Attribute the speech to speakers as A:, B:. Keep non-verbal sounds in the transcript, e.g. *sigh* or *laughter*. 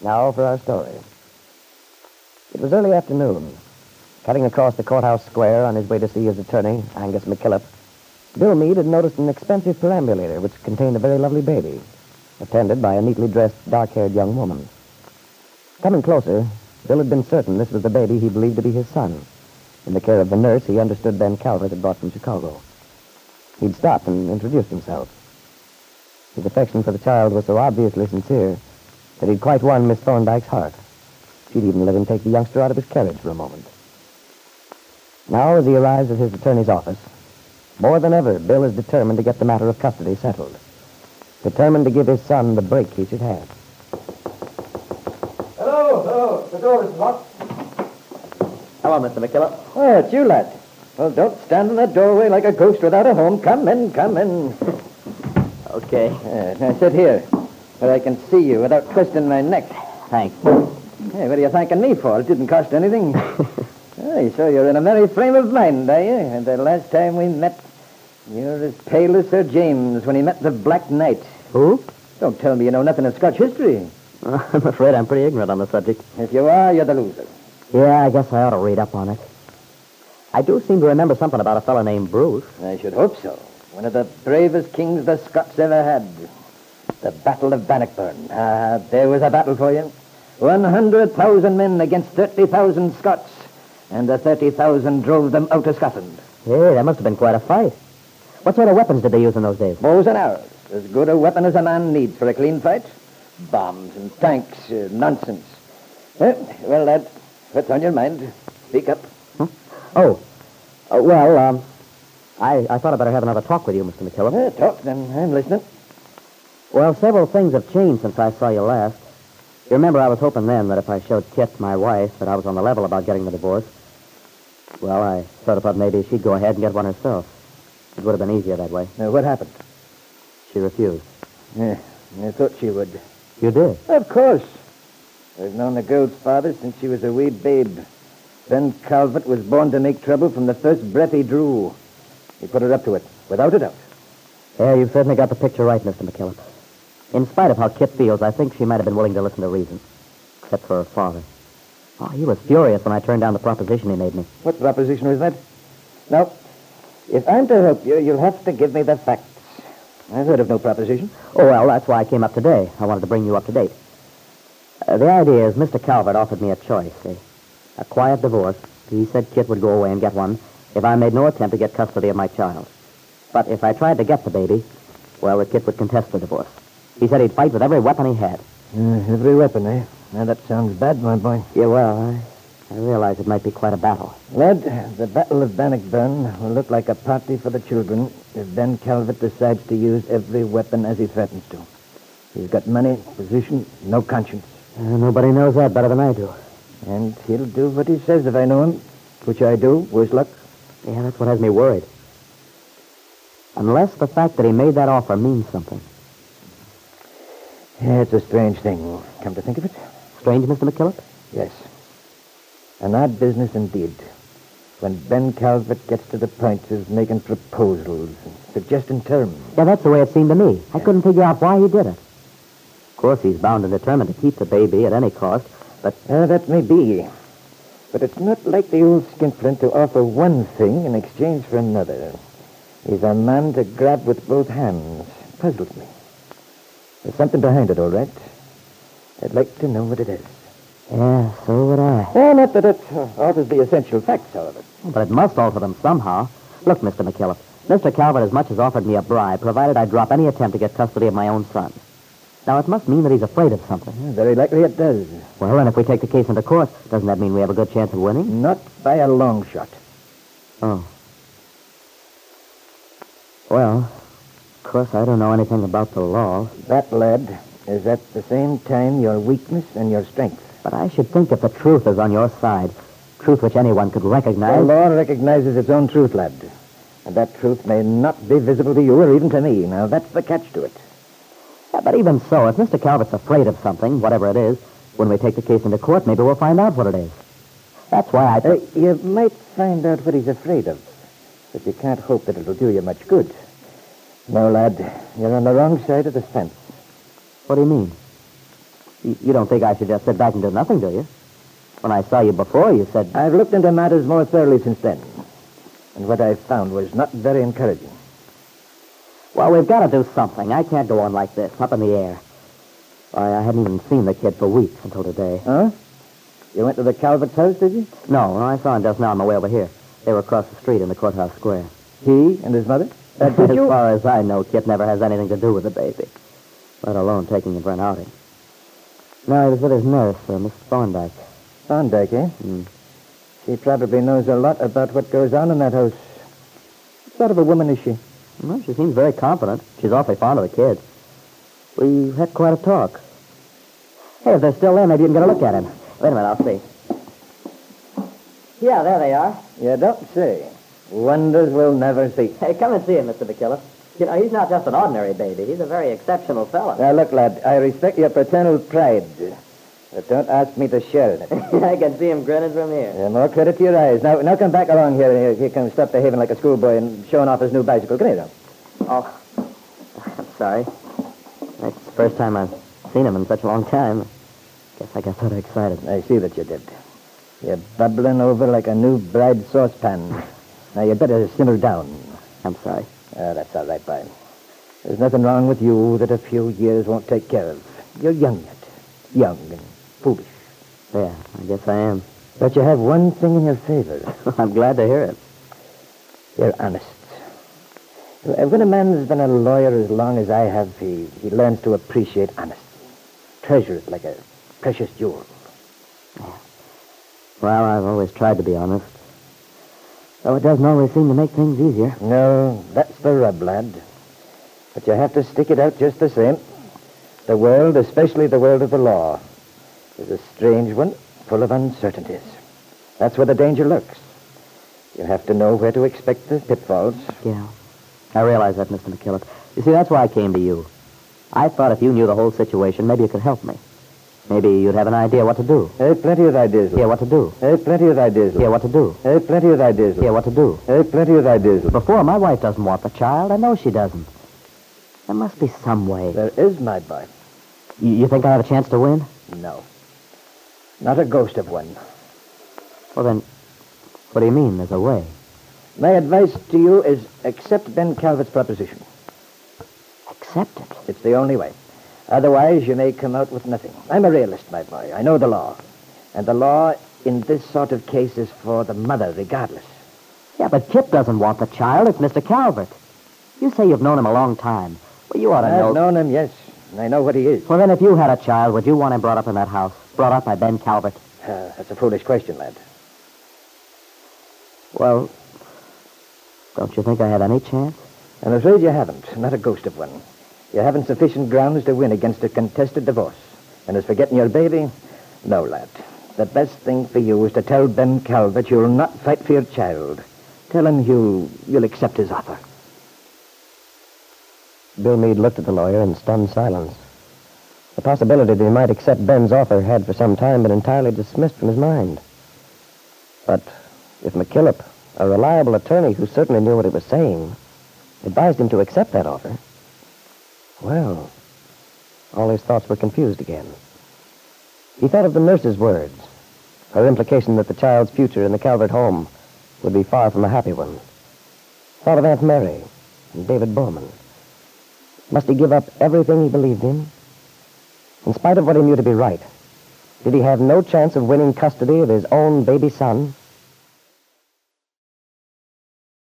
A: Now for our story. It was early afternoon. Cutting across the courthouse square on his way to see his attorney, Angus McKillop, Bill Meade had noticed an expensive perambulator which contained a very lovely baby, attended by a neatly dressed, dark-haired young woman. Coming closer, Bill had been certain this was the baby he believed to be his son, in the care of the nurse he understood Ben Calvert had brought from Chicago. He'd stopped and introduced himself. His affection for the child was so obviously sincere that he'd quite won Miss Thorndyke's heart. She'd even let him take the youngster out of his carriage for a moment. Now, as he arrives at his attorney's office, more than ever, Bill is determined to get the matter of custody settled. Determined to give his son the break he should have.
B: Hello, hello. The door is locked.
A: Hello, Mr. McKillop. Oh, it's you, lad. Well, don't stand in that doorway like a ghost without a home. Come in, come in. okay. Uh, now sit here, where I can see you without twisting my neck. Thanks. Hey, what are you thanking me for? It didn't cost *laughs* anything. hey, so you're in a merry frame of mind, are you? And the last time we met, you're as pale as Sir James when he met the Black Knight. Who? Don't tell me you know nothing of Scotch history.
C: *laughs*
A: I'm afraid I'm pretty ignorant on the subject. If you are, you're the loser.
C: Yeah, I guess I ought to read up on it. I do seem to remember something about a fellow named Bruce.
A: I should hope so. One of the bravest kings the Scots ever had. The Battle of Bannockburn. Ah, there was a battle for you. 100,000 men against 30,000 Scots, and the 30,000 drove them out of Scotland.
C: Yeah, that must have been quite a fight. What sort of weapons did they use in those days?
A: Bows and arrows, as good a weapon as a man needs for a clean fight. Bombs and tanks, uh, nonsense. Eh, well, lad, what's on your mind? Speak up.
C: Oh, uh, well, um, I, I thought I'd better have another talk with you, Mr. McKillop.
A: Eh, talk, then. I'm listening.
C: Well, several things have changed since I saw you last. You remember I was hoping then that if I showed Kit, my wife, that I was on the level about getting the divorce. Well, I sort of thought maybe she'd go ahead and get one herself. It would have been easier that way.
A: Now, what happened?
C: She refused.
A: Eh, I thought she would.
C: You did?
A: Of course. I've known the girl's father since she was a wee babe. Ben Calvert was born to make trouble from the first breath he drew. He put her up to it, without a doubt.
C: Yeah, you've certainly got the picture right, Mr. McKillop. In spite of how Kit feels, I think she might have been willing to listen to reason. Except for her father. Oh, he was furious when I turned down the proposition he made me.
A: What proposition was that? Now, if I'm to help you, you'll have to give me the facts. I've heard of no proposition.
C: Oh, well, that's why I came up today. I wanted to bring you up to date. Uh, the idea is Mr. Calvert offered me a choice, a, a quiet divorce. He said Kit would go away and get one if I made no attempt to get custody of my child. But if I tried to get the baby, well, the Kit would contest the divorce. He said he'd fight with every weapon he had.
A: every weapon, eh? Now, that sounds bad, my boy.
C: Yeah, well, I, I realize it might be quite a battle.
A: Lad, the Battle of Bannockburn will look like a party for the children if Ben Calvert decides to use every weapon as he threatens to. He's got money, position, no conscience.
C: Uh, nobody knows that better than I do.
A: And he'll do what he says if I know him, which I do, worse luck.
C: Yeah, that's what has me worried. Unless the fact that he made that offer means something.
A: Yeah, it's a strange thing, come to think of it.
C: Strange, Mr. McKillop?
A: Yes. An odd business indeed. When Ben Calvert gets to the point of making proposals and suggesting terms.
C: Yeah, that's the way it seemed to me. I couldn't figure out why he did it. Of course, he's bound and determined to keep the baby at any cost, but
A: Uh, that may be. But it's not like the old skinflint to offer one thing in exchange for another. He's a man to grab with both hands, puzzled me. There's something behind it, all right. I'd like to know what it is.
C: Yeah, so would I.
A: Eh, not that it uh, alters the essential facts, however.
C: But it must alter them somehow. Look, Mr. McKillop, Mr. Calvert as much as offered me a bribe, provided I drop any attempt to get custody of my own son. Now, it must mean that he's afraid of something.
A: Yeah, Very likely it does.
C: Well, and if we take the case into court, doesn't that mean we have a good chance of winning?
A: Not by a long shot.
C: Oh. Well, of course, I don't know anything about the law,
A: That, lad, is at the same time your weakness and your strength.
C: but I should think if the truth is on your side, truth which anyone could recognize.
A: The law recognizes its own truth, lad. And that truth may not be visible to you or even to me. Now, that's the catch to it.
C: Yeah, but even so, if Mr. Calvert's afraid of something, whatever it is, when we take the case into court, maybe we'll find out what it is. That's why I
A: Uh,
C: think.
A: you might find out what he's afraid of, but you can't hope that it'll do you much good. No, lad, you're on the wrong side of the fence.
C: What do you mean? You, you don't think I should just sit back and do nothing, do you? When I saw you before, you said.
A: I've looked into matters more thoroughly since then, and what I found was not very encouraging.
C: Well, we've got to do something. I can't go on like this, up in the air. Why, I hadn't even seen the kid for weeks until today.
A: Huh? You went to the Calvert's house, did you?
C: No, no, I saw him just now on the way over here. They were across the street in the courthouse square.
A: He and his mother? Uh,
C: as
A: did you?
C: far as I know, Kit never has anything to do with the baby, let alone taking him for an outing. No, he was with his nurse, uh, Miss Thorndyke.
A: Thorndyke, eh?
C: Mm.
A: She probably knows a lot about what goes on in that house. What sort of a woman is she?
C: Well, she seems very confident. She's awfully fond of the kid. We had quite a talk. Hey, if they're still there, maybe you can get a look at him. Wait a minute, I'll see. Yeah, there they are.
A: You don't say. Wonders we'll never see.
C: Hey, come and see him, Mr. McKillop. You know, he's not just an ordinary baby. He's a very exceptional fellow.
A: Now, look, lad, I respect your paternal pride, but don't ask me to share in it.
C: *laughs* I can see him grinning from here.
A: Yeah, more credit to your eyes. Now, now come back along here. Here, here comes stop behaving like a schoolboy and showing off his new bicycle. Come here, now.
C: Oh, I'm sorry. That's the first time I've seen him in such a long time. Guess I got sort of excited.
A: I see that you did. You're bubbling over like a new bride saucepan. Now, you'd better simmer down.
C: I'm sorry.
A: Ah, that's all right, Byron. There's nothing wrong with you that a few years won't take care of. You're young yet. Young and foolish.
C: Yeah, I guess I am.
A: But you have one thing in your favor.
C: *laughs* I'm glad to hear it.
A: You're honest. Uh, When a man's been a lawyer as long as I have, he, he learns to appreciate honesty. Treasure it like a precious jewel.
C: Well, I've always tried to be honest. Though it doesn't always seem to make things easier.
A: No, that's the rub, lad. But you have to stick it out just the same. The world, especially the world of the law, is a strange one, full of uncertainties. That's where the danger lurks. You have to know where to expect the pitfalls.
C: Yeah. I realize that, Mr. McKillop. You see, that's why I came to you. I thought if you knew the whole situation, maybe you could help me. Maybe you'd have an idea what to do.
A: There's plenty of ideas.
C: Yeah, what to do.
A: There's plenty of ideas.
C: Yeah, what to do.
A: There's plenty of ideas.
C: Yeah, what to do.
A: There's plenty of ideas.
C: Before, my wife doesn't want the child. I know she doesn't. There must be some way.
A: There is, my boy.
C: You, you think I have a chance to win?
A: No. Not a ghost of one.
C: Well, then, what do you mean there's a way?
A: My advice to you is accept Ben Calvert's proposition.
C: Accept it.
A: It's the only way. Otherwise, you may come out with nothing. I'm a realist, my boy. I know the law. And the law in this sort of case is for the mother, regardless.
C: Yeah, but Kip doesn't want the child. It's Mr. Calvert. You say you've known him a long time. Well, you ought to
A: I've
C: know.
A: known him, yes. and I know what he is.
C: Well, then, if you had a child, would you want him brought up in that house? Brought up by Ben Calvert?
A: Uh, that's a foolish question, lad.
C: Well, don't you think I have any chance?
A: I'm afraid you haven't. Not a ghost of one. You haven't sufficient grounds to win against a contested divorce. And as for getting your baby, no, lad. The best thing for you is to tell Ben Calvert you'll not fight for your child. Tell him you, you'll accept his offer.
C: Bill Meade looked at the lawyer in stunned silence. The possibility that he might accept Ben's offer had for some time been entirely dismissed from his mind. But if McKillop, a reliable attorney who certainly knew what he was saying, advised him to accept that offer, well, all his thoughts were confused again. He thought of the nurse's words, her implication that the child's future in the Calvert home would be far from a happy one. Thought of Aunt Mary and David Bowman. Must he give up everything he believed in? In spite of what he knew to be right, did he have no chance of winning custody of his own baby son?